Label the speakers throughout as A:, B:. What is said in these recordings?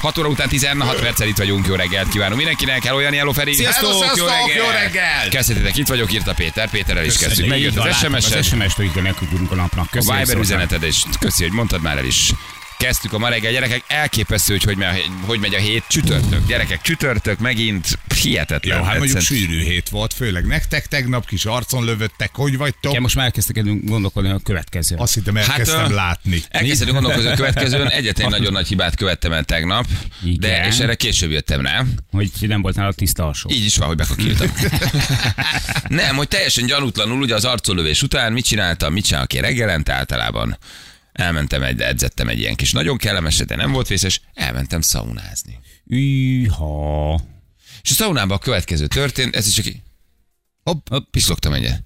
A: 6 óra után 16 perccel itt vagyunk, jó reggelt kívánunk mindenkinek, hello Jani, hello Feri.
B: Sziasztok,
A: jó
B: sziasztok,
A: reggelt.
B: jó reggelt.
A: Kezdhetitek, itt vagyok, írta Péter, Péterrel is kezdjük. Megjött az sms
B: Az
A: -et,
B: SMS-t itt nekünk a napnak.
A: a
B: Köszönjük
A: Viber
B: szépen.
A: üzeneted, és köszi, hogy mondtad már el is. Kezdtük a ma reggel, gyerekek, elképesztő, hogy hogy, me- hogy megy a hét csütörtök. Gyerekek, csütörtök megint, hihetetlen.
B: Jó, hát mondjuk
A: Egyszerűen-
B: sűrű hét volt, főleg nektek tegnap kis arcon lövöttek, hogy vagytok?
C: Igen, most már elkezdtek gondolkodni a következő.
B: Azt hittem, elkezdtem
A: Hát, ö,
B: látni.
A: Elkezdtünk gondolkozni a következőn, egyetlen nagyon nagy hibát követtem el tegnap, de
C: Igen.
A: és erre később jöttem rá.
C: Hogy nem volt nála tiszta alsó.
A: Így is van, hogy bekakiltam. Nem, hogy teljesen gyanútlanul, ugye az arcolövés után mit csináltam, mit csinálok én reggelente általában. Elmentem, egy, edzettem egy ilyen kis nagyon kellemes, de nem volt vészes, elmentem szaunázni.
C: Üha.
A: És a szaunában a következő történt, ez is csak így,
B: Hopp,
A: hopp, pislogtam egyet,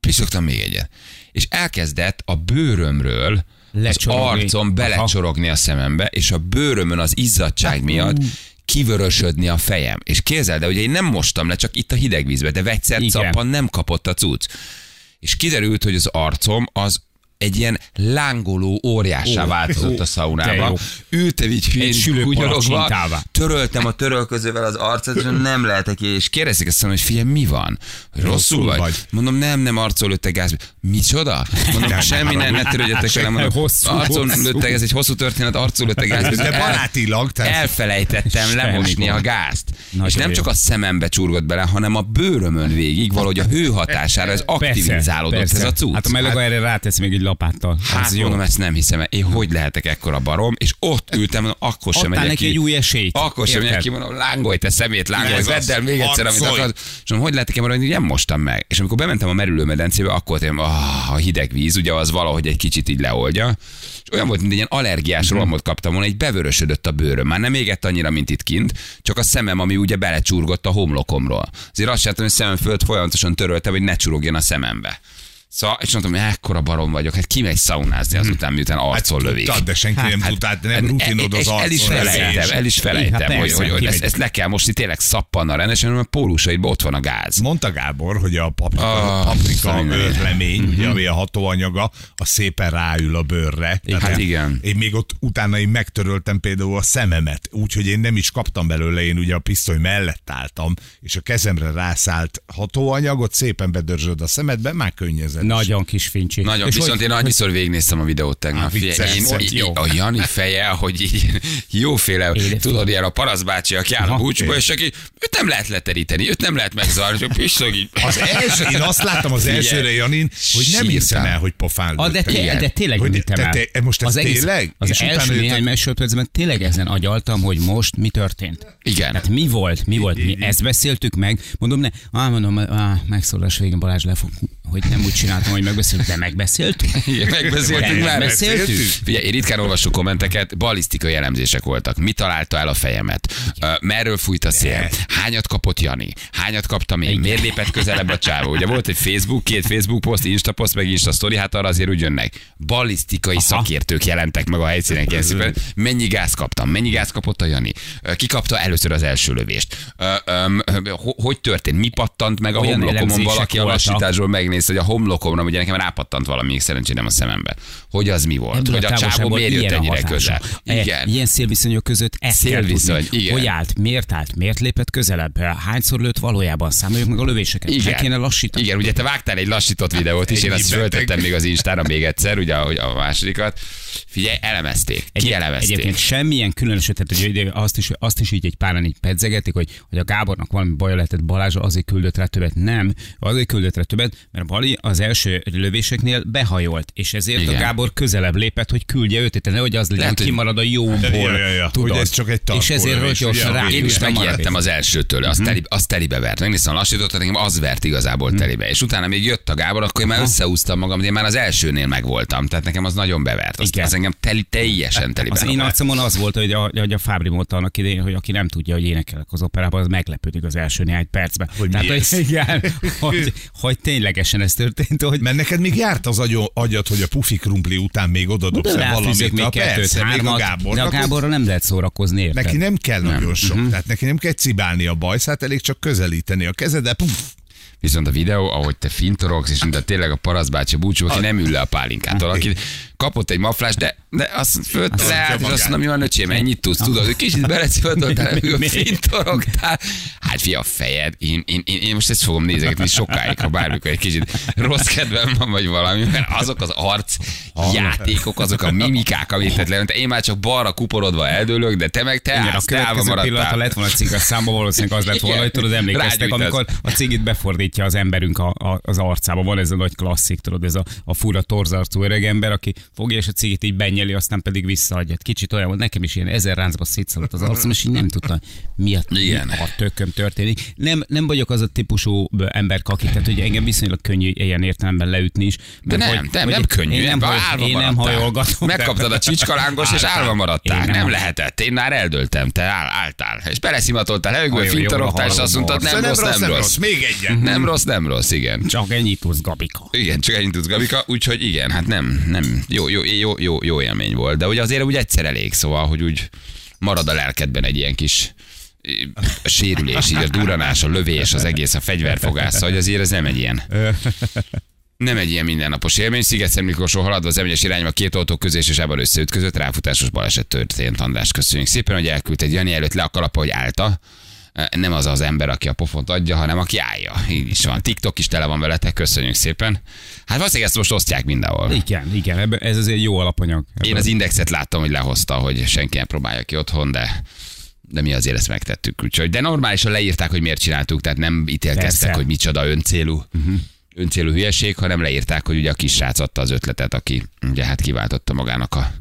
A: pislogtam még egyet. És elkezdett a bőrömről az
C: Lecsorogni.
A: arcom belecsorogni a szemembe, és a bőrömön az izzadság miatt kivörösödni a fejem. És képzeld, de ugye én nem mostam le, csak itt a hideg vízbe, de vegyszer
C: Igen.
A: cappan nem kapott a cucc. És kiderült, hogy az arcom az egy ilyen lángoló óriásá változott a
C: de
A: szaunába.
C: jó.
A: Ültem így hülyén
C: sülőpalacsintává.
A: kunyologva, töröltem a törölközővel az arcot, és nem lehetek így. És kérdezték ezt, hogy figyelj, mi van? Hogy rosszul
B: Rosszul
A: vagy?
B: vagy?
A: Mondom, nem, nem arcol lőttek gáz. Micsoda? Mondom,
B: Nem,
A: semmi,
B: nem,
A: ne, ne törődjetek el. Mondom,
C: Hosszú,
A: arcol
C: hosszú.
A: lőttek, ez egy hosszú történet, arcol lőttek gáz.
B: de barátilag, tehát
A: Elfelejtettem lemosni
C: gond.
A: a gázt.
C: Nagyon
A: és nem
C: jó.
A: csak a szemembe csurgott bele, hanem a bőrömön végig, valahogy a hő hatására ez aktivizálódott ez a cucc.
C: Hát a meleg erre rátesz még egy lapáttal.
A: Hát jó, mondom, ezt nem hiszem. el. Én hogy lehetek ekkora barom? És ott ültem, mondom, akkor sem
C: Adtál
A: megyek
C: neki
A: ki.
C: egy új esélyt.
A: Akkor sem
C: Érted?
A: megyek ki, mondom, lángolj, te szemét, lángolj,
B: Ez az.
A: vedd el még egyszer, amit
B: Harcolj.
A: akarod. És mondom, hogy lehetek én hogy nem mostam meg. És amikor bementem a merülőmedencébe, akkor tényleg ah, a hideg víz, ugye az valahogy egy kicsit így leoldja. És olyan volt, mint egy ilyen
B: Mhm.
A: allergiás rohamot kaptam volna, egy bevörösödött a bőröm. Már nem égett annyira, mint itt kint, csak a szemem, ami ugye belecsurgott a homlokomról. Azért azt láttam, hogy szemem fölött folyamatosan töröltem, hogy ne csurogjon a szemembe. Szóval, és mondtam, hogy ekkora barom vagyok, hát kimegy szaunázni azután, miután arcon lövik.
B: Mhm. Hát tudtad, de senki nem
A: Hát,
B: tudta, hát nem rutinod
A: és
B: az arcon.
A: El is felejtem, el is
C: Hát
A: felejtem,
C: persze,
A: hogy, hogy, hogy
C: kimegy.
A: ezt, ezt, le kell mosni, tényleg szappanna rendesen, mert a pólusaidban ott van a gáz.
B: Mondta Gábor, hogy a paprika,
A: Ah,
B: a paprika
A: Istenem.
B: őrlemény, ugye, ami a hatóanyaga, a szépen ráül a bőrre. Tehát
A: Hát
B: én-
A: igen.
B: Én még ott utána én megtöröltem például a szememet, úgyhogy én nem is kaptam belőle, én ugye a pisztoly mellett álltam, és a kezemre rászállt hatóanyagot, szépen bedörzsöd a szemedbe, már könnyezett.
C: Nagyon kis fincsi.
A: Nagyon,
C: És
A: viszont
C: hogy-
A: én annyiszor végignéztem a videót tegnap.
B: Á,
A: Figyelj,
B: vicces,
A: én,
B: vicces,
A: így-
B: jó.
A: a Jani feje, hogy így jóféle,
C: Édes
A: tudod, ilyen a parasz bácsi, aki áll a
C: Aha.
A: búcsba, és aki, őt nem lehet leteríteni, őt nem lehet megzárni, csak pislog így.
B: Az e- első, én azt láttam az
A: Figyelj.
B: elsőre, Janin, hogy nem hiszem
A: Sírtam.
B: el, hogy pofán
C: A, Ah, de,
B: lőttek.
C: te,
A: Igen.
C: de tényleg
B: Hogy
C: hogy
B: te-
C: te,
B: te- most ez
C: az egész-
B: tényleg?
C: Az
B: És utána
C: első
B: jöttem-
C: néhány másodpercben tényleg ezen agyaltam, hogy most mi történt.
A: Igen.
C: Tehát Hát mi volt, mi volt, mi ezt beszéltük meg. Mondom, ne, á, mondom, á, megszólás végén Balázs le fog, hogy nem úgy csináltam, hogy megbeszéltük, de megbeszéltük.
A: Igen, megbeszéltük
C: De
A: már.
C: megbeszéltük?
A: Figyelj, én ritkán olvasok kommenteket, balisztikai elemzések voltak. Mi találta el a fejemet? Ö, Merről fújt a szél? Hányat kapott Jani? Hányat kaptam én? Miért lépett közelebb a csávó? Ugye volt egy Facebook, két Facebook poszt, Insta poszt, meg Insta story, hát arra azért úgy jönnek. Balisztikai szakértők jelentek meg a helyszínen készülben. Mennyi gáz kaptam? Mennyi gáz kapott a Jani? Ö, Ki kapta először az első lövést? Ö, öm, ö, ho- Hogy történt? Mi pattant meg a
C: Olyan
A: homlokomon?
C: elemzések
A: Valaki a
C: voltak.
A: lassítás adásból megnéz, hogy a homlokomra, ugye nekem rápattant valami, szerencsére nem a szemembe. Hogy az mi volt?
C: Ebből
A: hogy a csávó
C: távolságból
A: miért jött
C: ilyen a
A: ennyire
C: hatása.
A: közel?
C: E,
A: Igen.
C: Ilyen szélviszonyok között ezt kell
A: Szélviszony,
C: tudni.
A: igen.
C: Hogy állt, miért állt, miért lépett közelebb, hányszor lőtt valójában, számoljuk meg a lövéseket.
A: Igen.
C: Igen. Meg hát kéne lassítani.
A: Igen, ugye te vágtál egy lassított videót is, én azt
B: Ennyi beteg.
A: föltettem még az Instára még egyszer, ugye ahogy a másodikat. Figyelj, elemezték, kielemezték.
C: Egyébként semmilyen különös, tehát hogy ide- azt is, azt is így egy páran így pedzegetik, hogy, hogy a Gábornak valami baja lehetett Balázs, azért küldött rá többet. Nem, azért küldött rá többet, mert Bali az első lövéseknél behajolt, és ezért
A: Igen.
C: Igen. a Gábor közelebb lépett, hogy küldje őt, tehát nehogy az legyen,
A: Lehet,
C: hogy
A: hogy-
C: kimarad a jóból.
B: Ja, ja, ja,
C: tudod?
B: hogy ez csak egy tarkó
C: És ezért hogy
B: lövés,
C: gyorsan
B: ugye,
C: rá.
B: a
A: Én is
B: Isten
A: megijedtem az elsőtől,
C: Mhm.
A: az, teli, az telibe vert. Megnéztem a lassítót, nekem az vert igazából telibe. És utána még jött a Gábor, akkor én már összeúztam magam, de én már az elsőnél megvoltam. Tehát nekem az nagyon bevert. Az
C: kell.
A: Az engem teli, teljesen telibe.
C: Hát Az én
A: rakott.
C: arcomon az volt, hogy a, hogy a Fábri mondta annak idején, hogy aki nem tudja, hogy énekelek az operában, az meglepődik az első néhány percben.
B: Hogy mi ez?
C: hogy, igen, hogy, hogy ténylegesen ez történt, hogy
B: Mert neked még járt az agyon, agyad, hogy a pufi krumpli után még odadobsz
C: de
B: el
C: ráfűzök még
B: valamit. Na
C: kettőt,
B: persze, még
C: hármat,
B: a
C: de
B: Gábornak.
C: a
B: akkor
C: Gáborra nem Mhm. lehet szórakozni, érted?
B: Neki nem kell nagyon sok, tehát neki nem kell cibálni a bajszát, elég csak közelíteni a kezede, puf,
A: Viszont a videó, ahogy te fintorogsz, és mint a tényleg a paraszbácsi búcsú, aki nem ül le a pálinkától, aki kapott egy maflás, de, de azt fölt leállt, és azt mondom, mi van, öcsém, ennyit tudsz, tudod, hogy kicsit belecivadoltál, amíg a fintorogtál. Hát fia, a fejed, én, én, én, én most ezt fogom nézegetni sokáig, ha bármikor egy kicsit rossz kedvem van, vagy valami, mert azok az arc játékok, azok a mimikák, amit tett le, én már csak balra kuporodva eldőlök, de te meg te
C: Igen, a
A: állsz, távol
C: következő pillanat, ha
A: maradtál.
C: lett volna cig a számba, valószínűleg az lett volna,
A: Igen.
C: hogy tudod, emlékeztek,
A: Rágyújt az.
C: amikor a cigit befordítja az emberünk a, a, az arcába. Van ez a nagy klasszik, tudod, ez a, a fura torzarcú öreg ember, aki fogja és a cigit így benyeli, aztán pedig visszaadja. Hát Kicsit olyan volt, nekem is ilyen ezer ráncba szétszaladt az arcom, és így nem tudtam, miatt
A: Igen.
C: a tököm történik. Nem, nem vagyok az a típusú ember, aki, tehát hogy engem viszonylag könnyű ilyen értelemben leütni is.
A: De
C: mert
A: nem,
C: hogy-
A: nem,
C: hogy
A: nem könnyű.
C: Én nem,
A: ebben
C: haj-
A: állva
C: én nem
A: maradtál.
C: hajolgatom.
A: Megkaptad a csicskalángos, és
C: Álltam.
A: állva maradtál.
C: Én
A: Nem,
C: nem.
A: lehetett. Én már eldöltem, te áll, álltál. És beleszimatoltál levegőbe,
C: Hajó, jóra
A: fintorogtál, és azt
C: hallom,
A: mondtad, nem
B: nem
A: rossz, nem rossz.
B: még
C: Mhm.
B: egyen.
A: Nem rossz, nem rossz, igen.
C: Csak ennyit tudsz, Gabika.
A: Igen, csak ennyit tudsz, Gabika, úgyhogy igen, hát nem, nem, jó, jó, jó, jó, jó élmény volt, de ugye azért úgy egyszer elég, szóval, hogy úgy marad a lelkedben egy ilyen kis eh, sérülés, így a duranás, a lövés, az egész, a fegyverfogás, szóval, hogy azért ez nem egy ilyen nem egy ilyen mindennapos élmény. Sziget Miklósról haladva az M1-es irányba két autó közé és sávban összeütközött, ráfutásos baleset történt. András, köszönjük szépen, hogy elküldted Jani előtt le a kalapa, hogy állta. Nem az az ember, aki a pofont adja, hanem aki állja. Így is van. TikTok is tele van veletek, köszönjük szépen. Hát valószínűleg ezt most osztják mindenhol.
C: Igen, igen, ebbe, ez azért jó alapanyag.
A: Én az indexet láttam, hogy lehozta, hogy senki nem próbálja ki otthon, de de mi azért ezt megtettük. Úgyhogy, de normálisan leírták, hogy miért csináltuk, tehát nem ítélkeztek,
C: Persze.
A: hogy micsoda öncélú,
B: Mhm.
A: uh-huh. öncélú hülyeség, hanem leírták, hogy ugye a kis srác adta az ötletet, aki ugye hát kiváltotta magának a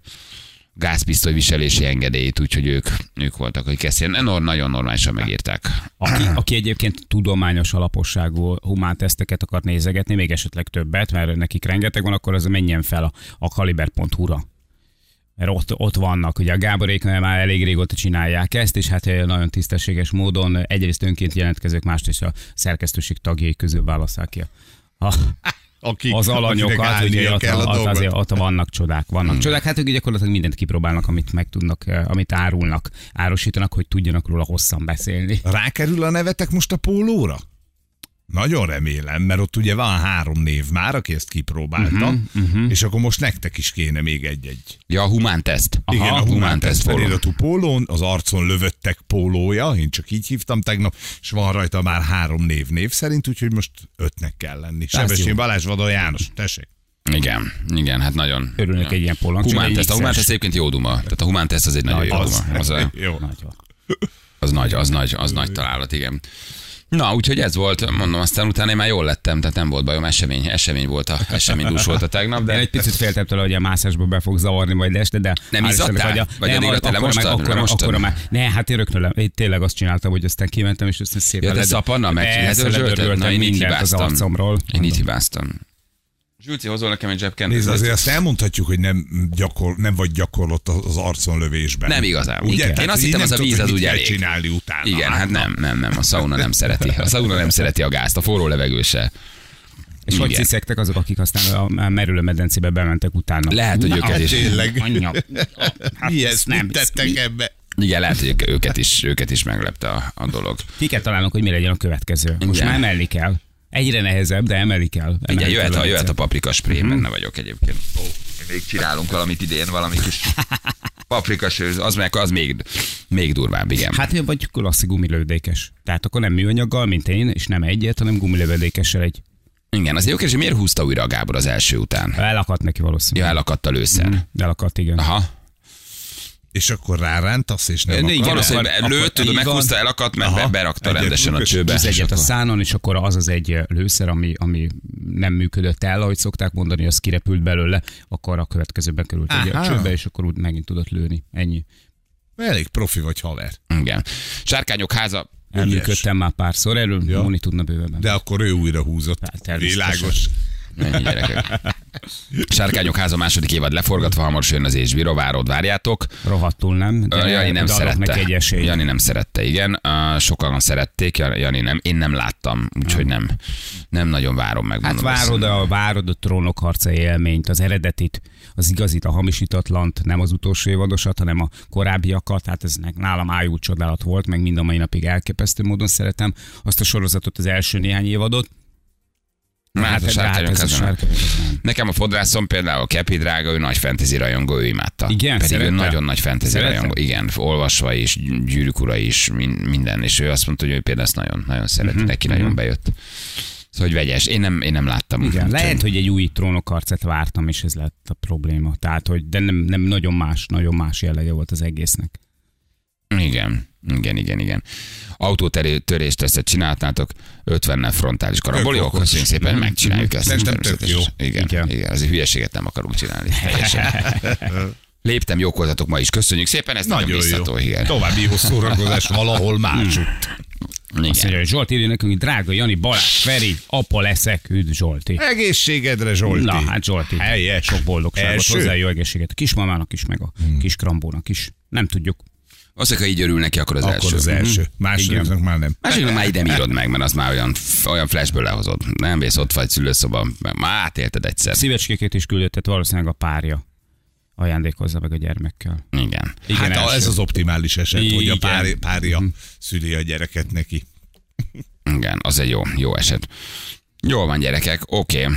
A: gázpisztoly viselési engedélyét, úgyhogy ők, ők voltak, hogy kezdjen. Enor nagyon normálisan megírták.
C: Aki, aki egyébként tudományos alaposságú humán teszteket akar nézegetni, még esetleg többet, mert nekik rengeteg van, akkor az menjen fel a, a kaliber.hu-ra. Mert ott, ott vannak, ugye a Gáborék már elég régóta csinálják ezt, és hát nagyon tisztességes módon eh, egyrészt önként jelentkezők, másrészt a szerkesztőség tagjai közül válasszák ki a, a,
B: Aki,
C: az
B: akinek
C: alanyokat,
B: állnia
C: ugye ott,
B: kell a
C: ott,
B: dolgot.
C: azért, ott vannak csodák, vannak hmm. csodák, hát ők gyakorlatilag mindent kipróbálnak, amit meg tudnak, eh, amit árulnak, árusítanak, hogy tudjanak róla hosszan beszélni.
B: Rákerül a nevetek most a pólóra? Nagyon remélem, mert ott ugye van három név már, aki ezt kipróbálta, uh-huh,
C: Mhm,
B: uh-huh. és akkor most nektek is kéne még egy-egy.
A: Ja, a humán teszt.
B: Igen, a Humán Test
A: Forum.
B: feliratú pólón, az arcon lövöttek pólója, én csak így hívtam tegnap, és van rajta már három név név szerint, úgyhogy most ötnek kell lenni.
C: jó.
B: Sebessén Balázs Vadon János, tessék.
A: Igen, igen, hát nagyon.
C: Örülnek egy ilyen polnak.
A: Humán teszt. A humán teszt egyébként jó duma. Tehát a humán teszt az egy nagyon jó
B: az.
A: duma. Az a,
B: Jó.
A: Az nagy, az nagy, az nagy találat, igen. Na, úgyhogy ez volt, mondom, aztán utána én már jól lettem, tehát nem volt bajom, esemény, esemény volt a, esemény dús volt a tegnap,
C: De én
A: de
C: egy picit féltem tőle, hogy a mászásba be fog zavarni majd este, de...
A: Nem
C: hál'
A: izzadtál?
C: Istennek,
A: Vagy
C: nem,
A: addigra te
C: akkor, meg,
A: lemostad?
C: akkor,
A: Lemostad?
C: akkor már... Ne, hát én rögtön le, én tényleg azt csináltam, hogy aztán kimentem, és aztán
A: Ja,
C: szépen...
A: te
C: led-
A: szapanna meg
C: Persze,
A: ledörzsölted? Na,
C: ledörzsöltem
A: én így
C: mindent az
A: hibáztam.
C: arcomról.
A: Én így hibáztam. Zsülci, hozol nekem egy zsebkendőt.
B: Nézd, azért azt elmondhatjuk, hogy nem, gyakor, nem vagy gyakorlott az arcon lövésben.
A: Nem igazán.
B: Ugye?
A: Igen.
B: Tehát
A: Én azt
B: így
A: hittem,
B: nem
A: az a
B: tudod,
A: víz
B: hogy
A: az
B: mit
A: úgy
B: kell
A: elég.
B: csinálni utána.
A: Igen, hát nem, nem, nem, a sauna nem szereti. A sauna nem szereti a gázt, a forró levegő se.
C: És hogy
A: Igen.
C: sziszegtek azok, akik aztán a merülő medencébe bementek utána?
A: Lehet, hogy őket is.
B: tényleg.
C: Anya, hát
B: Mi
C: ezt
B: ezt
C: nem
B: nem tettek ebbe?
A: Igen, lehet, hogy őket is, őket is meglepte a, a dolog.
C: Ki kell találnunk, hogy mi legyen a következő. Most
A: Igen.
C: már emelni kell. Egyre nehezebb, de emelni kell.
A: Igen,
C: Emelni
A: jöhet
C: kell
A: a, jöhet a
C: egyszer.
A: paprika spré,
C: Mhm.
A: benne vagyok egyébként. Ó, még csinálunk valamit idén, valami kis paprika sőz, az, meg, az még, még durvább, igen.
C: Hát én vagy klasszik gumilövedékes. Tehát akkor nem műanyaggal, mint én, és nem egyet, hanem gumilövedékessel egy.
A: Igen, azért jó kérdés, hogy miért húzta újra a Gábor az első után?
C: Elakadt neki
A: Ja,
C: valószínűleg.
A: elakadt a
C: Mhm.
A: lőszer.
C: Elakadt, igen.
A: Aha.
B: És akkor rárántasz, és nem
A: Ne, igen,
B: akar.
A: valószínűleg
C: akkor-
A: lőtt,
C: akkor
A: tudod,
C: így van.
A: meghúzta, elakadt, mert
B: Aha.
A: be- berakta
B: Egyet
A: rendesen a
B: rúgott,
A: csőbe.
C: Az
A: és
C: egyet a
A: akkor-
C: szánon, és akkor az az egy lőszer, ami, ami nem működött el, ahogy szokták mondani, az kirepült belőle, akkor a következőben került egy
B: Aha.
C: csőbe, és akkor úgy megint tudott lőni. Ennyi.
B: Elég profi vagy haver.
A: Igen. Sárkányok háza,
C: Elműködtem már párszor, erről ja.
B: Ja.
C: Moni tudna bővebben.
B: De akkor ő újra húzott.
C: Hát, természetesen.
B: Világos.
A: Ennyi gyerekek. Sárkányok háza második évad leforgatva, hamarosan jön az Ésbíró, várod, várjátok.
C: Rohadtul nem.
A: Ö, Jani nem
C: de adok
A: szerette.
C: Neki egy esélyt.
A: Jani nem szerette, igen. Ö, Sokan szerették, Jan- Jani nem. Én nem láttam, úgyhogy nem. Nem nagyon várom meg.
C: Hát
A: mondom
C: várod
A: őszintén.
C: a, várod a trónok harca élményt, az eredetit, az igazit, a hamisítatlant, nem az utolsó évadosat, hanem a korábbiakat, hát ez nek- nálam ájult csodálat volt, meg mind a mai napig elképesztő módon szeretem azt a sorozatot, az első néhány évadot.
A: Hát a
C: de
A: sárkányok
C: ez a
A: háza.
C: sárkányok háza nem.
A: Nekem a fodrászom például Kepi drága, ő nagy fantasy rajongó, ő imádta.
C: Igen,
A: Pedig
C: szerette?
A: ő nagyon nagy fantasy
C: Szerette?
A: rajongó. Igen, olvasva is, gyűrűk ura is, min- minden. És ő azt mondta, hogy ő például ezt nagyon, nagyon szereti,
C: Mhm,
A: neki nagyon bejött. Szóval, hogy vegyes. Én nem, én nem láttam.
C: Igen,
A: Úgyhogy-
C: lehet, hogy egy új trónokharcet vártam, és ez lett a probléma. Tehát, hogy de nem, nem nagyon más, nagyon más jellege volt az egésznek.
A: Igen, igen, igen, igen. Autótörést tesztet csináltátok, 50-nel frontális karambol. Jó,
B: okos.
A: köszönjük szépen, megcsináljuk ezt.
B: Szerintem tök
A: természetesen. Igen, igen,
C: Igen.
A: igen, azért hülyeséget nem akarunk csinálni. Teljesen. Léptem, jókoltatok ma is. Köszönjük szépen, ez nagyon,
B: Nagyon jó.
A: biztató. Igen.
B: További jó szórakozás valahol másutt.
C: Azt
A: igen.
C: mondja, hogy Zsolt írja nekünk, hogy drága Jani Balázs, Feri, apa leszek, üdv Zsolti.
B: Egészségedre, Zolti.
C: Na, hát Zsolti.
B: Helyes.
C: Sok boldogságot,
B: Első.
C: hozzá jó egészséget. A kismamának is, meg a kis krambónak is. Nem tudjuk.
A: Azt, ha így örül neki, akkor az
B: Akkor
A: első.
B: az első. Másodiknak már nem.
A: Másik, már ide nem írod meg, mert az már olyan, olyan flashből lehozod. Nem vész ott vagy szülőszoba, mert már átélted egyszer.
C: Szívecskéket is küldött, tehát valószínűleg a párja ajándékozza meg a gyermekkel.
A: Igen.
B: Hát
C: első.
B: ez az optimális eset, hogy a
C: Igen.
B: pár, párja szüli a gyereket neki.
A: Igen, az egy jó, jó eset. Jól van, gyerekek, oké. Okay.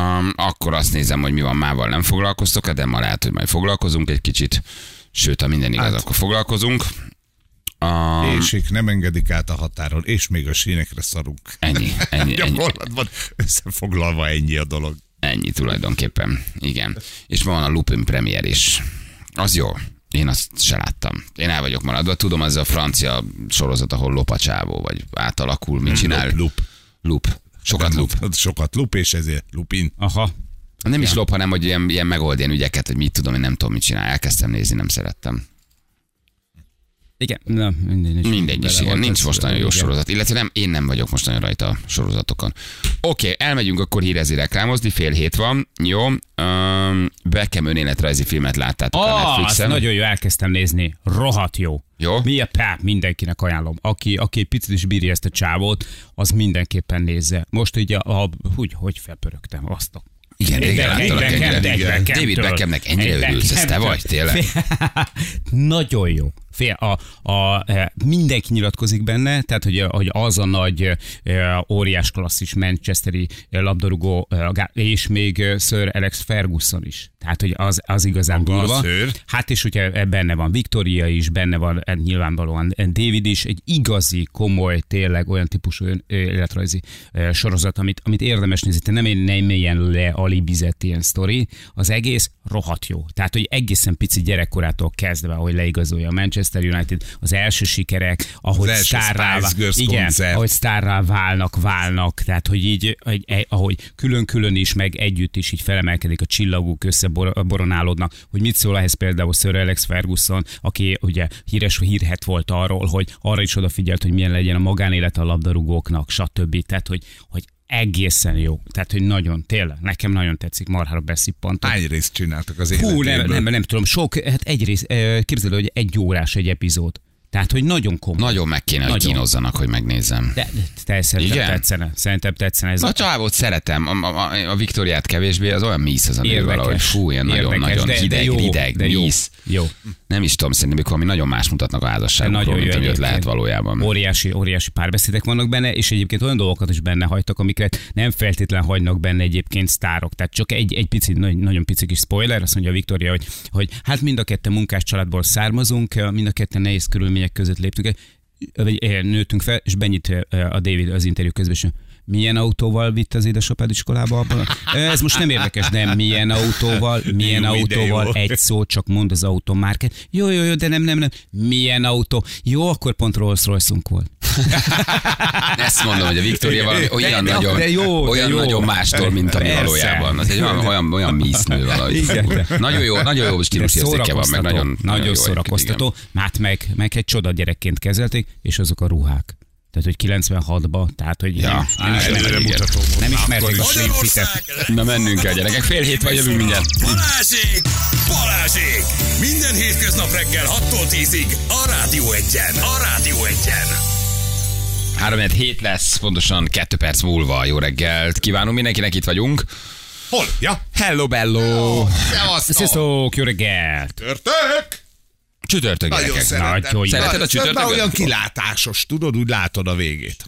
A: Um, akkor azt nézem, hogy mi van, mával nem foglalkoztok, de ma lehet, hogy majd foglalkozunk egy kicsit. Sőt, ha minden igaz, hát. akkor foglalkozunk. Um,
B: Ésik nem engedik át a határon, és még a sínekre szarunk.
A: ennyi, ennyi, ennyi,
B: Gyakorlatban összefoglalva ennyi a dolog.
A: ennyi tulajdonképpen. Igen. És ma van a Lupin premier is. Az jó. Én azt se láttam. Én el vagyok maradva. Tudom, ez a francia sorozat, ahol lopacsávó, vagy átalakul, mit csinál.
B: Lup.
A: Lup. Sokat lup.
B: Sokat lup, és ezért lupin.
C: Aha.
A: Nem is lop, hanem hogy ilyen, ilyen megold ilyen ügyeket, hogy mit tudom, én nem tudom, mit csinál. Elkezdtem nézni, nem szerettem.
C: Igen. Na, mindegy.
A: Mindegy is,
C: Bele
A: igen,
C: volt
A: nincs
C: ez.
A: most nagyon jó
C: Igen.
A: sorozat. Illetve nem, én nem vagyok most nagyon rajta a sorozatokon. Oké, elmegyünk akkor hírezni, reklámozni, fél hét van, jó. Um, Beckham önéletrajzi filmet láttátok a
C: Ah, azt
A: Netflixen.
C: nagyon jó, elkezdtem nézni. Rohat jó.
A: Jó.
C: Mi a pá, mindenkinek ajánlom. Aki, aki egy picit is bírja ezt a csávót, az mindenképpen nézze. Most ugye, a, hogy, hogy felpörögtem, azt a
A: Igen, régen láttalak ennyire.
C: Beckham,
A: David Beckhamnek ennyire örülsz, ez te vagy tényleg?
C: Nagyon jó. Fél, a, a, e, mindenki nyilatkozik benne, tehát hogy, hogy az a nagy e, óriás klasszis Manchesteri e, labdarúgó, e, Gá- és még e, Sir Alex Ferguson is. Tehát, hogy az, az igazán
B: Maga a
C: durva.
B: Sir.
C: Hát és ugye e, benne van Victoria is, benne van e, nyilvánvalóan e, David is, egy igazi, komoly, tényleg olyan típusú ön- ö, életrajzi ö, sorozat, amit, amit érdemes nézni. Tehát nem, nem ilyen lealibizett ilyen sztori, az egész rohadt jó. Tehát, hogy egészen pici gyerekkorától kezdve, ahogy leigazolja a Manchester United, az első sikerek, ahogy
B: Az első
C: sztárrá,
B: Spice Girls
C: igen,
B: koncert.
C: ahogy sztárrá válnak, válnak, tehát, hogy így, hogy, eh, ahogy külön-külön is, meg együtt is így felemelkedik a csillaguk, összeboronálódnak, hogy mit szól ehhez például Sir Alex Ferguson, aki ugye híres hírhet volt arról, hogy arra is odafigyelt, hogy milyen legyen a magánélet a labdarúgóknak, stb. Tehát, hogy, hogy egészen jó. Tehát, hogy nagyon, tényleg, nekem nagyon tetszik, marhára beszippantott.
B: Hány részt csináltak az
C: Hú,
B: életéből?
C: nem, nem, nem tudom, sok, hát egyrészt, eh, képzeld, el, hogy egy órás egy epizód. Tehát, hogy nagyon komoly.
A: Nagyon meg kéne, hogy
C: Nagyon.
A: kínozzanak, hogy megnézzem.
C: De, de te szerintem
A: Igen?
C: Igen? tetszene. Szerintem tetszene. Ez
A: A csávót szeretem, a, a, a Viktoriát kevésbé, az olyan mísz az a nő
C: Érdekes.
A: valahogy. Fú, ilyen
C: Érdekes,
A: nagyon-nagyon
C: de- de
A: hideg,
C: jó,
A: rideg,
C: de jó.
A: mísz.
C: Jó.
A: Nem is tudom, szerintem, mikor ami nagyon más mutatnak a házasságokról,
C: Nagyon jó
A: mint ami ott
C: egyébként.
A: lehet valójában.
C: Óriási, óriási párbeszédek vannak benne, és egyébként olyan dolgokat is benne hagytak, amiket nem feltétlen hagynak benne egyébként sztárok. Tehát csak egy, egy pici, nagy- nagyon pici kis spoiler, azt mondja Viktória, hogy, hogy hát mind a ketten munkás családból származunk, mind a ketten nehéz körülmények között léptünk, el, vagy eh, nőttünk fel, és benyit eh, a David az interjú közben, és milyen autóval vitt az édesapád iskolába? apa? Ez most nem érdekes, de milyen autóval, milyen
B: Jó, ide jó.
C: autóval, egy szó, csak mond az automárket. Jó, jó, jó, de nem, nem, nem. Milyen autó? Jó, akkor pont Rolls royce volt.
A: Hát Ezt mondom, hogy a Viktória valami olyan
C: de-
A: nagyon,
C: de jó, de
A: olyan
C: jó.
A: nagyon mástól, mint ami
C: Persze.
A: valójában. Az egy olyan, olyan, olyan mísznő valahogy.
C: Igen, de-
A: Nagyon jó, nagyon jó stílusértéke van, meg nagyon,
C: nagyon
A: jó,
C: szórakoztató. Hát meg, meg egy csoda gyerekként kezelték, és azok a ruhák. Tehát, hogy 96-ba, tehát, hogy
A: Ja.
C: nem- nem,
A: Á,
C: ismerték.
A: előre mutató
B: volt.
C: nem ismerték a Slim
D: Magyarország!
C: Fitet.
A: Na mennünk el, gyerekek, fél hét vagy, jövünk mindjárt.
D: Balázsék! Balázsék! Minden hétköznap reggel 6-tól 10-ig a Rádió Egyen! A Rádió Egyen!
A: 3 hét lesz, pontosan 2 perc múlva. Jó reggelt kívánunk mindenkinek, itt vagyunk.
B: Hol? Ja,
A: Hello, bello!
B: szevasztok!
C: Sziasztok, jó reggelt!
B: Törtök!
A: Csütörtök,
B: Nagyon
A: gyerekek.
B: szeretem.
C: Nagy, hogy-
A: Szereted a
B: Nagy-
A: csütörtököt?
B: Már olyan kilátásos, tudod, úgy látod a végét.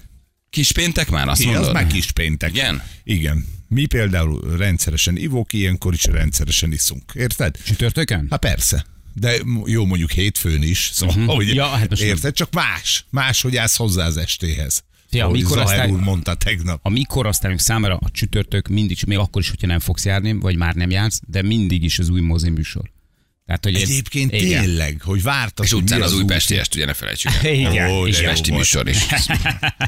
A: Kispéntek már, azt
B: Ki, az
A: mondod?
B: már kis péntek.
A: Igen?
B: Igen. Mi például rendszeresen ivók, ilyenkor is rendszeresen iszunk. Érted?
C: Csütörtökön?
B: Hát persze. De m- jó, mondjuk hétfőn is. Szóval,
A: Mhm.
B: uh-huh. hogy
C: Ja, hát most
B: érted? Csak más. Más, hogy állsz hozzá az estéhez.
C: Ja,
B: Ahogy
C: mikor
B: Zahár
C: aztán-
B: úr mondta tegnap.
C: A mi korosztályunk számára a csütörtök mindig, is- még akkor is, hogyha nem fogsz járni, vagy már nem jársz, de mindig is az új moziműsor. Tehát, hogy
B: Egyébként
C: igen.
B: tényleg, hogy vártad,
A: És
B: hogy
A: utcán
B: mi
A: az
B: az
A: újpesti est, ugye ne felejtsük el.
C: Igen,
B: Ó,
A: És
C: igen.
B: de
A: esti
B: jó
A: műsor is.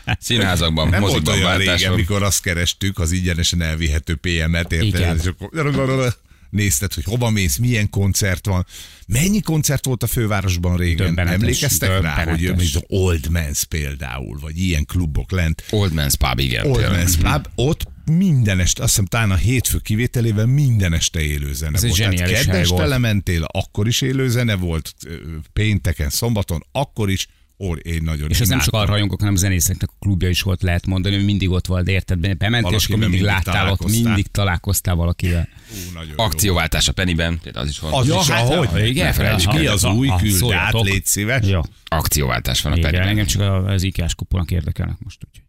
A: Színházakban,
B: Nem volt
A: mozikban,
B: olyan régen,
A: váltásban.
B: mikor azt kerestük, az ingyenesen elvihető PM-et,
C: Igen.
B: érted? És akkor nézted, hogy hova mész, milyen koncert van. Mennyi koncert volt a fővárosban régen?
C: Döbbenetes,
B: Emlékeztek rá, hogy
C: döbbenetes.
B: mint az Old Man's például, vagy ilyen klubok lent.
A: Old Man's Pub, igen.
C: Hát
B: Old
A: tényleg.
B: Man's Pub, ott minden este, azt hiszem talán a hétfő kivételével minden este élő zene
C: Ez egy
B: volt. Tehát
C: zseniális
B: kedden
C: hely
B: este
C: volt.
B: lementél, akkor is élő zene volt, ö, pénteken, szombaton, akkor is, Ó, én nagyon
C: És ez nem
B: imádtam.
C: csak arra rajongok, hanem a zenészeknek a klubja is volt, lehet mondani, hogy mindig ott volt, érted? Be- Bementél, és
B: Valakivel
C: akkor mindig
B: mindig
C: láttál ott,
B: találkoztál.
C: mindig találkoztál valakivel.
B: Ú, nagyon jó.
A: Akcióváltás a Pennyben, az is van.
B: Az
C: Ja,
B: is,
C: hát,
B: ahogy.
C: igen.
B: Ne felejtsük,
C: Ja,
B: mi az
C: ja,
B: új
C: ja,
B: küld át,
C: szóljatok.
B: légy szíves.
C: Jó.
A: Akcióváltás van a
C: Igen, engem
A: Pennyben.
C: csak az ikás kuponak érdekelnek most úgy.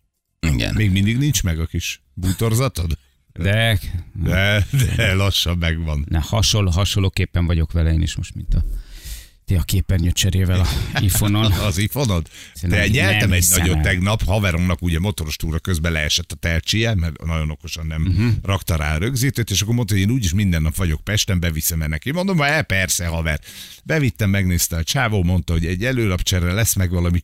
A: Igen.
B: Még mindig nincs meg a kis bútorzatod?
C: De,
B: De, de lassan megvan.
C: ne, hasonló, hasonlóképpen vagyok vele én is most, mint a ti a képernyőt cserével a iPhone-on.
B: Az iPhone-od?
C: nem-
B: De nyeltem
C: nem
B: egy
C: hiszem
B: nagyot
C: el.
B: tegnap, haveromnak ugye motoros túra közben leesett a telcsie, mert nagyon okosan nem
A: Mhm.
B: uh-huh. rakta rá a rögzítőt, és akkor mondta, hogy én úgyis minden nap vagyok Pesten, beviszem ennek. neki. Mondom, ha persze, haver. Bevittem, megnézte a csávó, mondta, hogy egy előlapcsere lesz, meg valami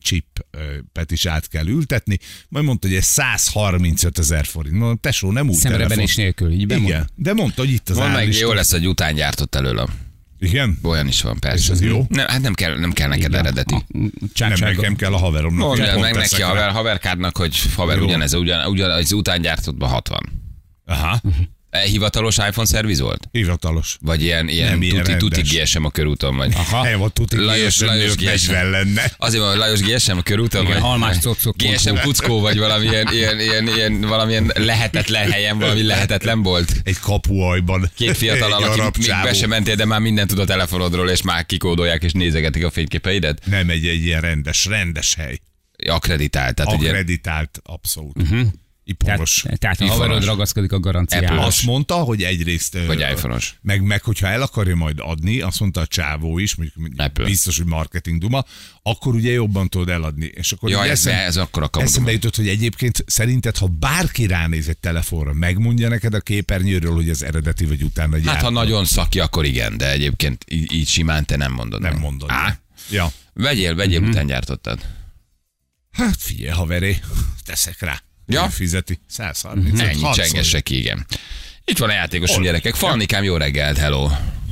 B: chipet is át kell ültetni, majd mondta, hogy ez 135 ezer forint. Mondom, tesó, nem úgy
C: Szemrebenés nélkül, így bemond.
B: Igen, de mondta, hogy itt az
A: Van meg,
B: árlista.
A: jó lesz, hogy után gyártott előlem.
B: Igen?
A: Olyan is van, persze.
B: És az jó?
A: Nem, hát nem kell, nem kell neked eredeti.
B: Nem, nekem kell a haveromnak.
A: Mondd
B: Én
A: el
B: pont
A: meg
B: teszek
A: neki a
B: rá.
A: haver, haverkádnak, hogy haver
B: Jó.
A: ugyanez, ugyan, ugyan, az után gyártottban 60.
B: Aha,
A: E, hivatalos iPhone szerviz volt?
B: hivatalos.
A: Vagy ilyen, ilyen,
B: ilyen
A: tuti, tuti
B: rendes.
A: GSM a körúton? Vagy.
B: Aha. Hely volt tuti,
A: Lajos,
B: GSM,
A: Lajos
B: miért
A: GSM.
B: 40 lenne.
A: Azért van, hogy Lajos GSM a körúton,
C: Igen,
A: vagy
C: Almás Cocok
A: GSM
C: pont
A: kuckó, vagy valamilyen, ilyen, ilyen, ilyen, valamilyen lehetetlen helyen, valami lehetetlen volt.
B: Egy kapuajban.
A: Két fiatal,
B: Egy arab
A: aki még
B: csávó.
A: be sem e- mentél, de már mindent tud a telefonodról, és már kikódolják, és nézegetik a fényképeidet.
B: Nem egy, egy ilyen rendes, rendes hely.
A: Akreditált, tehát Hát ugye Mhm.
B: Akreditált, abszolút. Uh-huh.
C: Tehát,
B: Iporos.
C: tehát a
A: Ifonos.
C: haverod ragaszkodik a
A: Apple.
C: garanciához.
B: Azt mondta, hogy egyrészt... ö,
A: Vagy iPhone-os.
B: Meg, meg, hogyha el akarja majd adni, azt mondta a csávó is, mondjuk
A: Apple.
B: biztos, hogy marketing duma, akkor ugye jobban tudod eladni. És akkor
A: Jaj,
B: ugye
A: ez-
B: eszem-
A: ez akkora kamu-
B: Eszembe jutott, hogy egyébként szerinted, ha bárki ránéz egy telefonra, megmondja neked a képernyőről, hogy az eredeti vagy utána gyárt.
A: Hát ha nagyon szaki, akkor igen, de egyébként így, így simán te nem mondod.
B: Nem
A: meg.
B: mondod. Mhm.
A: Á,
B: Ja.
A: vegyél, vegyél, után gyártottad.
B: Hát figyelj, haveré, teszek rá.
A: Ja?
B: Ő Fizeti. 130.
A: Ennyi,
B: 600.
A: csengessek ki, igen. Itt van a játékos
B: Hol?
A: gyerekek. Fannikám, jó reggelt, hello.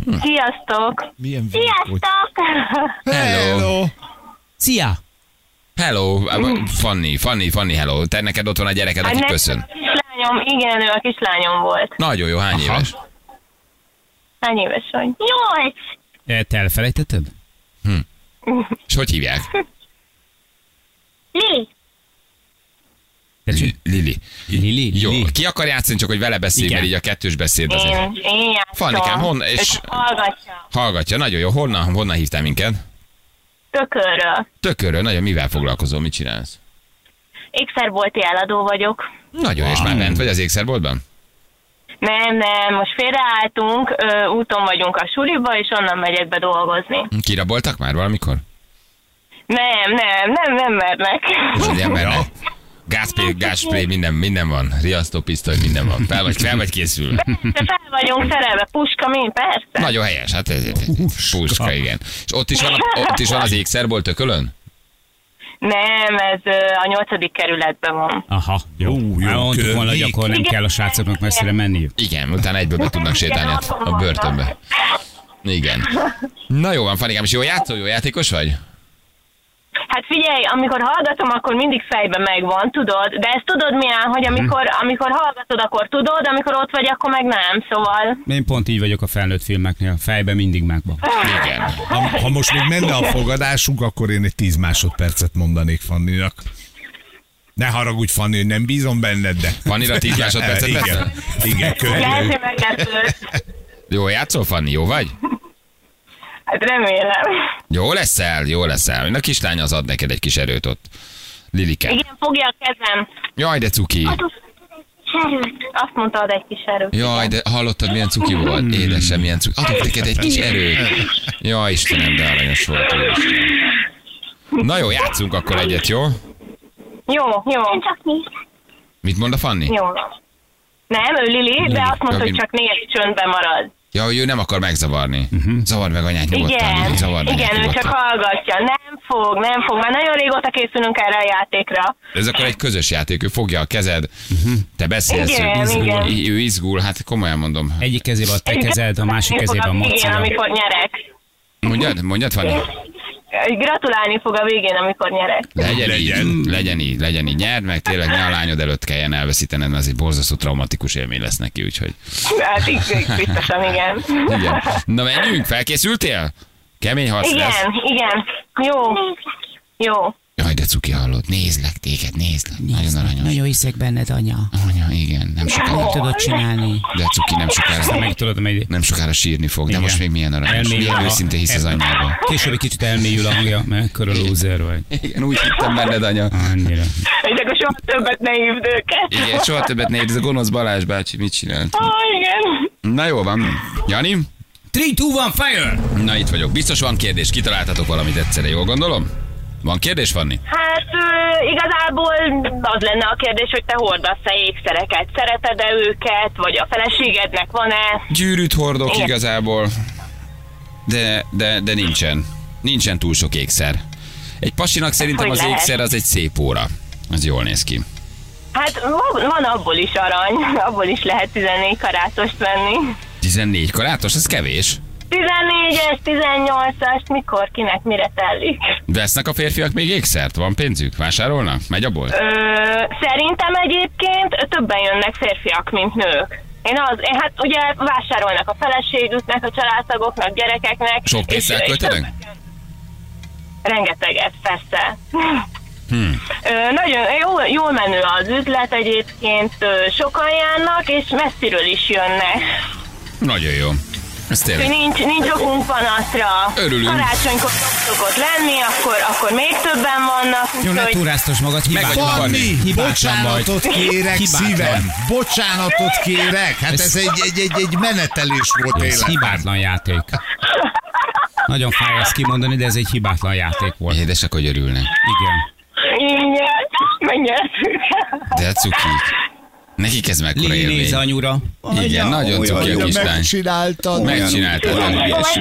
E: Sziasztok!
B: Milyen vékony.
E: Sziasztok!
A: Hát, Hello.
B: Hello.
C: Szia!
A: Hello, Fanni, Fanni, Fanni, hello. Te neked ott van a gyereked, aki
E: nekem
A: köszön.
E: A Hát, kislányom, igen, ő a kislányom volt.
A: Nagyon jó, hány éves?
E: Hány éves vagy? Nyolc!
C: E, Te elfelejtetted?
A: És hogy hívják?
E: Lili!
C: Tessék?
A: Lili.
C: Lili?
A: Jó,
C: Lili?
A: ki akar játszani, csak hogy vele beszélj,
C: Igen.
A: mert így a kettős beszéd azért.
E: Én, én játszom.
A: Fannikám, hon- és-
E: Ő csak hallgatja.
A: Hallgatja, nagyon jó. Honnan, honnan hívtál minket?
E: Tökörről.
A: Tökörről, nagyon mivel foglalkozol, mit csinálsz?
E: Ékszerbolti eladó vagyok.
A: Nagyon, jó, és már bent vagy az ékszerboltban?
E: Nem, nem, most félreálltunk, ö, úton vagyunk a suliba, és onnan megyek be dolgozni.
A: Kiraboltak már valamikor?
E: Nem, nem, nem, nem mernek.
A: És hogy embernek. Gázpé, gázspré, minden, minden van. Riasztó, pisztoly, minden van. Fel vagy, fel vagy készülve.
E: De fel vagyunk szerelve, puska, mi? Persze.
A: Nagyon helyes, hát ez, ez, ez puska, igen. És ott is van, a, ott is van az ékszerbolt tökölön?
E: Nem, ez ö, a nyolcadik kerületben van.
C: Aha.
B: Jó, jó,
C: Már mondtuk volna, hogy
B: környék.
C: akkor nem kell a srácoknak messzire menniük.
A: Igen, utána egyből be tudnak sétálni a- a börtönbe. Igen. Na jó van, Fanikám, és jó játszó, jó játékos vagy?
E: Hát figyelj, amikor hallgatom, akkor mindig fejbe megvan, tudod? De ezt tudod milyen, hogy amikor,
A: Mhm.
E: amikor hallgatod, akkor tudod, amikor ott vagy, akkor meg nem, szóval...
C: Én pont így vagyok a felnőtt filmeknél, fejbe mindig megvan.
A: Igen.
B: Ha, ha most még menne a fogadásunk, akkor én egy 10 másodpercet mondanék Fanninak. Ne haragudj, Fanni, hogy nem bízom benned, de...
A: Fannira 10 másodpercet
B: Igen,
A: veszel?
B: igen
E: Lehet,
B: körülbelül.
E: hogy meglepődsz.
A: Jó, játszol, Fanni, jó vagy?
E: Hát remélem.
A: Jó leszel, jó leszel. Én a kislány az ad neked egy kis erőt ott. Lilike.
E: Igen, fogja a kezem.
A: Jaj, de cuki.
E: Serült. Azt mondta, ad egy kis erőt.
A: Jaj, de hallottad, milyen cuki volt? Édesem, milyen cuki. Adok neked egy kis erőt. Jaj, Istenem, de aranyos volt. Jó Istenem. Na jó, játszunk akkor egyet, jó?
E: Jó, jó,
A: Mit mond a Fanni?
E: jó. Nem, ő Lili, de azt mondta,
A: Jó,
E: hogy
A: Lili.
E: csak négy csöndben marad.
A: Ja, hogy ő nem akar megzavarni. Zavard meg anyát nyugodtan.
E: Igen,
A: Lili, Zavard meg
E: igen,
A: anyát
E: ő csak
A: nyugodtan.
E: hallgatja. Nem fog, nem fog. Már nagyon régóta készülünk erre a játékra.
A: Ez akkor egy közös játék, ő fogja a kezed, te beszélsz,
E: Igen,
A: ő, izgul,
E: igen.
A: i- ő izgul, hát komolyan mondom.
C: Egyik kezébe a te kezed, a másik
E: Gratulálni
C: kezébe a
E: fog a végén,
C: macera.
E: amikor nyerek.
A: Mondjad, mondjad, Fanni?
E: Gratulálni fog a végén, amikor nyerek.
A: Legyen, legyen.
B: Legyen.
A: így, legyen így, legyen így. Nyerd meg, tényleg ne a lányod előtt kelljen elveszítened, mert az egy borzasztó traumatikus élmény lesz neki, úgyhogy.
E: Hát így így biztosan, igen.
A: Igen. Na menjünk, felkészültél? Kemény harc lesz.
E: Igen, igen. Jó. Jó.
A: Jaj, de cuki hallott. Nézlek téged, nézlek. Nagyon aranyos.
F: Nagyon hiszek benned, anya.
A: Anya, igen, nem
F: Meg
A: sokára.
F: tudod csinálni.
A: De cuki nem sokára.
C: Meg tudod, amely
A: Nem sokára sírni fog, de
C: Igen.
A: most még milyen aranyos.
C: Elmélyül
A: Milyen
C: a-
A: őszintén hisz az anyjában.
C: később egy kicsit elmélyül a hangja, mert ekkora lúzer vagy.
A: Igen, úgy hittem benned, anya.
C: Annyira.
E: És akkor soha többet ne hívd őket.
A: Igen, soha többet ne érd, ez a gonosz Balázs bácsi mit csinált?
E: Ah, igen.
A: Na jó van. Jani?
C: 3, 2, 1, fire!
A: Na itt vagyok. Biztos van kérdés, kitaláltatok valamit egyszerre, jól gondolom? Van kérdés, Fanni?
E: Hát ö, igazából az lenne a kérdés, hogy te hordasz-e ékszereket. Szereted-e őket, vagy a feleségednek van-e?
A: Gyűrűt hordok
E: Igen.
A: igazából, de, de, de nincsen. Nincsen túl sok ékszer. Egy pasinak szerintem
E: Hogy
A: az
E: lehet?
A: ékszer az egy szép óra. Az jól néz ki.
E: Hát van- van abból is arany, abból is lehet 14 karátost venni.
A: 14 karátos, ez kevés.
E: 14-es, 18-as, mikor, kinek, mire telik?
A: Vesznek a férfiak még ékszert? Van pénzük? Vásárolnak? Megy a bolt?
E: Ö, szerintem egyébként többen jönnek férfiak, mint nők. Én az, én hát ugye vásárolnak a feleségüknek, a családtagoknak, gyerekeknek.
A: Sok pénzt
E: és- és
A: elköltenek?
E: többek jön. Rengeteget, persze. Ö, nagyon jó, jól menő az üzlet egyébként, ö, sokan járnak, és messziről is jönnek.
A: Nagyon jó. Ez
E: Hogy
A: tényleg.
E: nincs, nincs okunk panaszra.
A: Hm. Örülünk.
E: Karácsonykor szokott lenni, akkor, akkor még többen vannak.
C: Jó, ne
E: úgyhogy-
C: túráztas magad, hibátlan
A: vagyok, Fanni.
C: vagy.
B: Fanni,
C: Hibátlan vagy.
B: bocsánatot kérek
C: Hibátlan.
B: szívem. Bocsánatot kérek. Hát ez egy, egy, egy, egy menetelés
C: Ez
B: volt tényleg.
C: hibátlan játék. Nagyon fáj ezt kimondani, de ez egy hibátlan játék volt.
A: Édesek, hogy örülnek.
C: Igen.
E: Igen, megnyertük.
A: De cukik. Nekik ez mekkora
C: Lili
A: élmény.
C: néz anyura.
A: Igen, nagyon cuki a kislány.
B: Megcsináltad.
A: Megcsináltad. nem ügyes.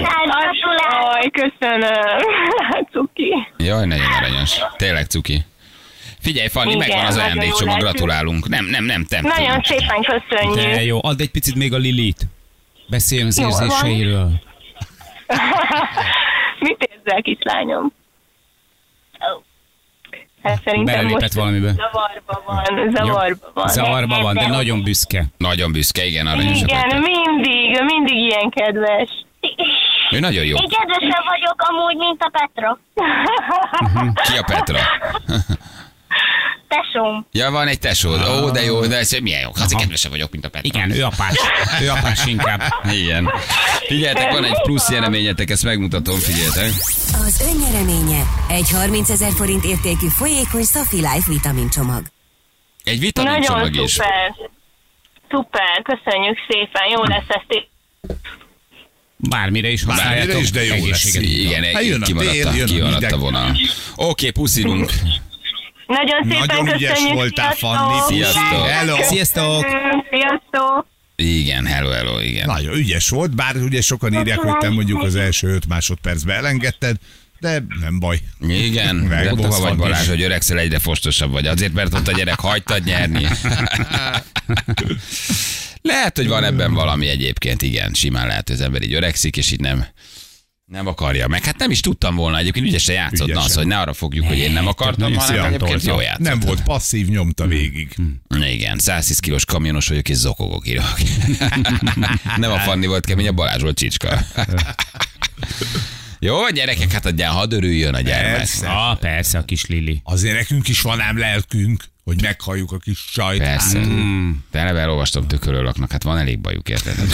E: Aj, köszönöm. Hát, Cuki.
A: Jaj, nagyon aranyos. Tényleg cuki. Figyelj, Fanni,
E: Igen,
A: megvan az
E: nagyon
A: ajándékcsomag,
E: jó lesz.
A: gratulálunk. Nem, nem, nem, nem.
E: Nagyon
A: tudunk.
E: szépen
C: De
E: köszönjük.
C: jó, add egy picit még a Lilit. Beszéljön az
E: Jól van.
C: érzéseiről.
E: Mit érzel, kislányom? Hát szerintem
C: Belelépett
E: most
C: valamibe.
E: zavarba van, zavarba van.
C: Zavarban van, de nagyon büszke.
A: Nagyon büszke, igen, aranyosak
E: Igen,
A: vagytok.
E: mindig, mindig ilyen kedves.
A: Ő nagyon jó.
G: Én kedvesebb vagyok amúgy, mint a Petra.
A: Ki a Petra?
G: Tesóm.
A: Ja, van egy tesód. Ó, de jó, de ez milyen jó. Hát kedvesebb vagyok, mint a Petra.
C: Igen, ő apás. Ő apás inkább.
A: Igen. Figyeljetek, van egy plusz jeleményetek, ezt megmutatom, figyeljetek.
H: Az önnyereménye egy 30 ezer forint értékű folyékony Safi Life vitamincsomag.
A: Egy vitamincsomag
E: Nagyon
A: is.
E: szuper. Szuper, köszönjük szépen, jó lesz ezt é-
C: Bármire is használjátok.
B: Bármire is, de jó lesz.
C: Egészséget ital.
A: Igen,
B: Hát jön
A: egy
B: a
A: kimaradt a,
B: tél, jön a
A: kimaradt a
B: hideg.
A: vonal. Oké, puszilunk.
E: Nagyon szépen
B: Nagyon
E: köszönjük.
B: ügyes voltál, Fanni.
A: Sziasztok.
B: Hello.
C: Sziasztok!
E: Sziasztok.
A: Igen, hello, hello, igen.
B: Nagyon ügyes volt, bár ugye sokan írják, hogy te mondjuk az első 5 másodpercben elengedted, de nem baj.
A: Igen,
B: Meg
A: de
B: volt
A: puha
B: az
A: vagy
B: Fanni
A: Balázs,
B: is.
A: hogy öregszel egyre fostosabb vagy. Azért, mert ott a gyerek hagytad nyerni. lehet, hogy van ebben valami egyébként, igen, simán lehet, hogy az ember így öregszik, és így nem Nem akarja meg. Hát nem is tudtam volna egyébként, ügyesen játszott
B: Ügyesen.
A: az, hogy ne arra fogjuk, hogy én nem akartam,
B: Nagyon
A: hanem
B: szia,
A: egyébként
B: tolta.
A: jól játszott. Hmm.
B: Nem volt passzív, nyomta végig.
A: Igen, 110 kilós kamionos vagyok, és zokogok írok. nem a Fanni volt kemény, a Balázs volt csicska. Jó, gyerekek, hát adjál, hadd örüljön a gyermek.
B: Persze.
C: Ah, persze, a kis Lili.
B: Azért nekünk is van ám lelkünk, hogy meghalljuk a kis sajt.
A: Persze.
B: Mm.
A: Tényleg elolvastam tükörről laknak, hát van elég bajuk, érted?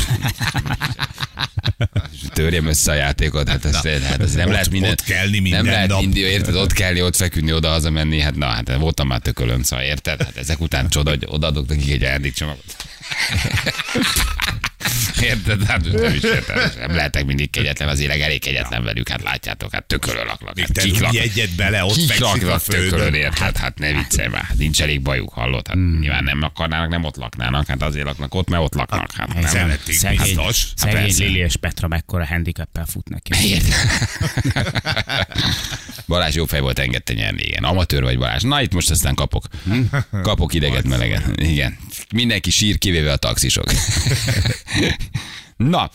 A: És Törjem össze a játékot, hát ez, hát ez nem
B: Ott-
A: lehet minden.
B: ott kelni minden
A: nem lehet
B: nap.
A: mindig, érted, ott kell, ott feküdni, oda hazamenni, hát na, hát voltam már tökölön, szóval érted? Hát ezek után csoda, hogy odaadok nekik egy ajándékcsomagot. Érted? Hát nem is érted. Nem lehetek mindig kegyetlen, az éleg elég kegyetlen velük, hát látjátok, hát tökölön laknak.
B: Még
A: Hát
B: te
A: kik
B: rúgj
A: lak-
B: egyet bele, ott
A: Kik
B: fekszik a
A: laknak tökölön,
B: földön.
A: érted? Hát ne viccelj már, hát nincs elég bajuk, hallod? Hát nyilván nem akarnának, nem ott laknának, hát azért laknak ott, mert ott laknak. Hát nem.
B: Szeretik,
C: Szegény,
B: biztos. Hát
C: szegény
A: persze. Hm?
C: Lili és Petra mekkora handicappel fut neki.
A: Érted? Balázs jó fej volt, engedte nyerni, igen. Amatőr vagy Balázs. Na itt most aztán kapok. Hm? Kapok ideget, meleget. Igen. Mindenki sír, kivéve a taxisok. Na,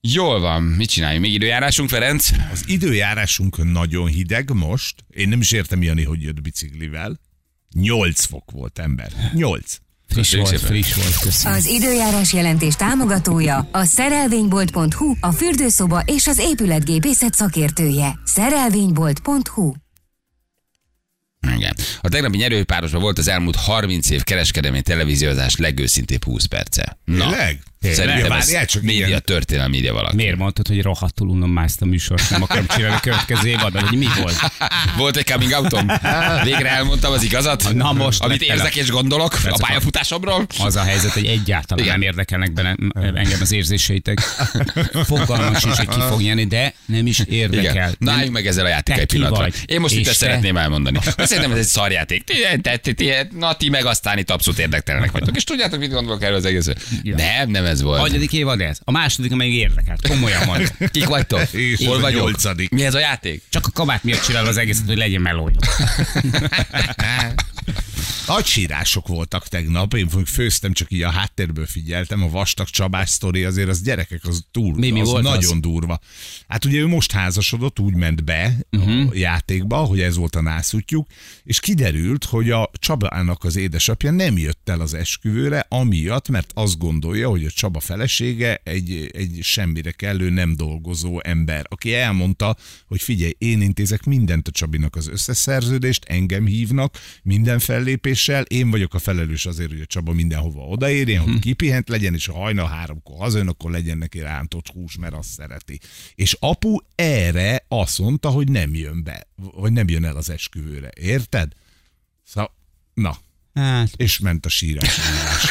A: jól van. Mit csináljunk? Még időjárásunk, Ferenc?
B: Az időjárásunk nagyon hideg most. Én nem is értem, Jani, hogy jött biciklivel. 8 fok volt ember. 8.
C: Friss
A: Köszönjük
C: volt,
A: szépen.
C: friss volt, köszönöm.
H: Az időjárás jelentés támogatója a szerelvénybolt.hu, a fürdőszoba és az épületgépészet szakértője. Szerelvénybolt.hu
A: Igen. A tegnapi nyerőpárosban volt az elmúlt 30 év kereskedelmi televíziózás legőszintébb 20 perce. Na,
B: Tényleg?
A: Szerintem
B: Ja,
A: ez
B: várjál csak,
A: média
B: igen.
A: történelmi ide valaki.
C: Miért mondtad, hogy rohadtul unom már ezt a műsort, nem akarom csinálni a következő évadban, hogy mi volt?
A: Volt egy coming outom. Végre elmondtam az igazat.
C: Na most
A: amit
C: lett tele.
A: érzek és gondolok a
C: a-
A: pályafutásomról.
C: Az a helyzet, hogy egyáltalán
A: Igen.
C: Igen. nem érdekelnek benne engem az érzéseitek. Fogalmam sincs, hogy ki fog nyerni, de nem is érdekel.
A: Igen. Na,
C: nem,
A: álljunk meg ezzel a játék
C: Te
A: egy
C: ki
A: pillanatra.
C: vagy?
A: Én most itt
C: És
A: ezt
C: te?
A: szeretném elmondani. Szerintem ez egy szarjáték. Ti- te- ti- ti- Na, ti meg aztán itt abszolút érdektelenek vagytok. És tudjátok, mit gondolok erről az egészről?
C: Ja.
A: Nem, nem ez volt.
C: Hanyadik évad ez? A második, amelyik érdekel. Komolyan mondom.
A: Kik vagytok?
B: És
A: Hol
B: a
A: vagyok?
B: nyolcadik.
A: Mi ez a játék?
C: Csak a kabát miatt csinál az egészet, hogy legyen melója.
B: Nagy sírások voltak tegnap, én mondjuk főztem, csak így a háttérből figyeltem, a vastag Csabás sztori azért az gyerekek, az túl,
C: Mi- mi
B: az
C: volt az?
B: nagyon durva. Hát ugye ő most házasodott, úgy ment be
C: Mhm.
B: uh-huh. a játékba, hogy ez volt a nászútjuk, és kiderült, hogy a Csabának az édesapja nem jött el az esküvőre, amiatt, mert azt gondolja, hogy a Csaba felesége egy, egy semmire kellő, nem dolgozó ember, aki elmondta, hogy figyelj, én intézek mindent a Csabinak az összeszerződést, engem hívnak minden fellépéssel, én vagyok a felelős azért, hogy a Csaba mindenhova odaérjen,
A: Mhm.
B: hogy kipihent legyen, és ha hajnal háromkor hazajön, akkor legyen neki rántott hús, mert azt szereti. És apu erre azt mondta, hogy nem jön be, vagy nem jön el az esküvőre, érted? Szóval, na,
C: Hát,
B: és ment a sírás. sírás.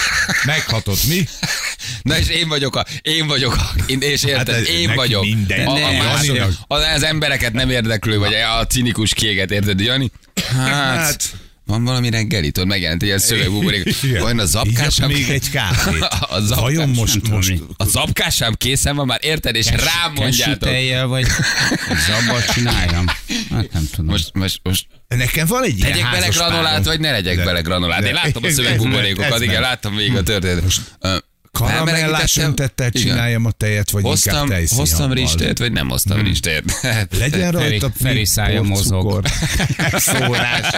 B: Meghatott mi?
A: Na és én vagyok a, én vagyok a, én, és érted,
B: Hát
A: hát
B: ez-
A: én
B: neki
A: vagyok.
B: mindegy.
A: A, a,
B: Ne,
A: másik,
B: Janinak.
A: az, az embereket nem érdeklő, vagy a cinikus kéget, érted, Jani? Hát,
B: Hát.
A: van valami reggeli, tudod, megjelent egy ilyen szövegbuborék.
B: Igen.
A: Van a zapkás,
B: Igyok
A: ami-
B: még egy kávét.
A: A zapkás,
B: Vajon
A: nem
B: most,
A: tudom
B: most
A: mi. A zapkásám készen van már, érted? És rám mondjátok.
C: Kesütejjel vagy zabbat csináljam. Hát nem tudom.
A: Most, most, most
B: Nekem van egy ilyen
A: tegyek bele
B: házas párom.
A: granulát, vagy ne legyek
B: De-
A: bele granulát. Én
B: de-
A: láttam a
B: ez- ez- ez
A: szövegbuborékokat, igen,
B: nem.
A: láttam végig a történetet. Ö,
B: Karamellás
A: felmelegítettem-
B: öntettel
A: Igen.
B: csináljam a tejet, vagy
A: Hoztam,
B: inkább
A: hoztam
B: tejszínhammal.
A: ristét, vagy nem hoztam hmm. ristét.
B: Legyen
C: Feri-
B: rajta
C: Feri szája mozog.
B: szórás.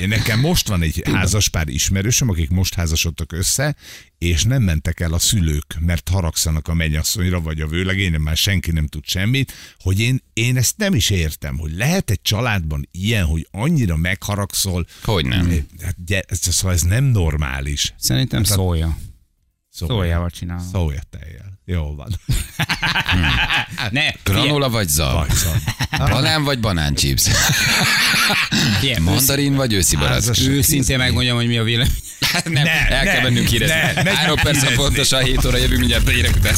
B: Én nekem most van egy házaspár ismerősöm, akik most házasodtak össze, és nem mentek el a szülők, mert haragszanak a mennyasszonyra, vagy a vőlegényre, már senki nem tud semmit, hogy én, én ezt nem is értem, hogy lehet egy családban ilyen, hogy annyira megharagszol,
A: Hogyne.
B: Hát, gye, ez, szóval ez nem normális.
C: Szerintem szója.
B: Szóval,
C: Szójával csinálom.
B: Szólja teljel. Jó van.
C: Hát Ne,
A: Granola vagy zab?
B: Bajszom.
A: Banán vagy banánchips?
C: figyelj,
A: Mandarin vagy őszi barack?
B: Házas-
C: Őszintén megmondjam, hogy mi a vélemény.
A: Nem, el kell
B: ne,
A: mennünk hírezni.
B: ne, megyünk
A: Három perc
B: hírezni.
A: pontosan 7 óra jövünk mindjárt a hírek után.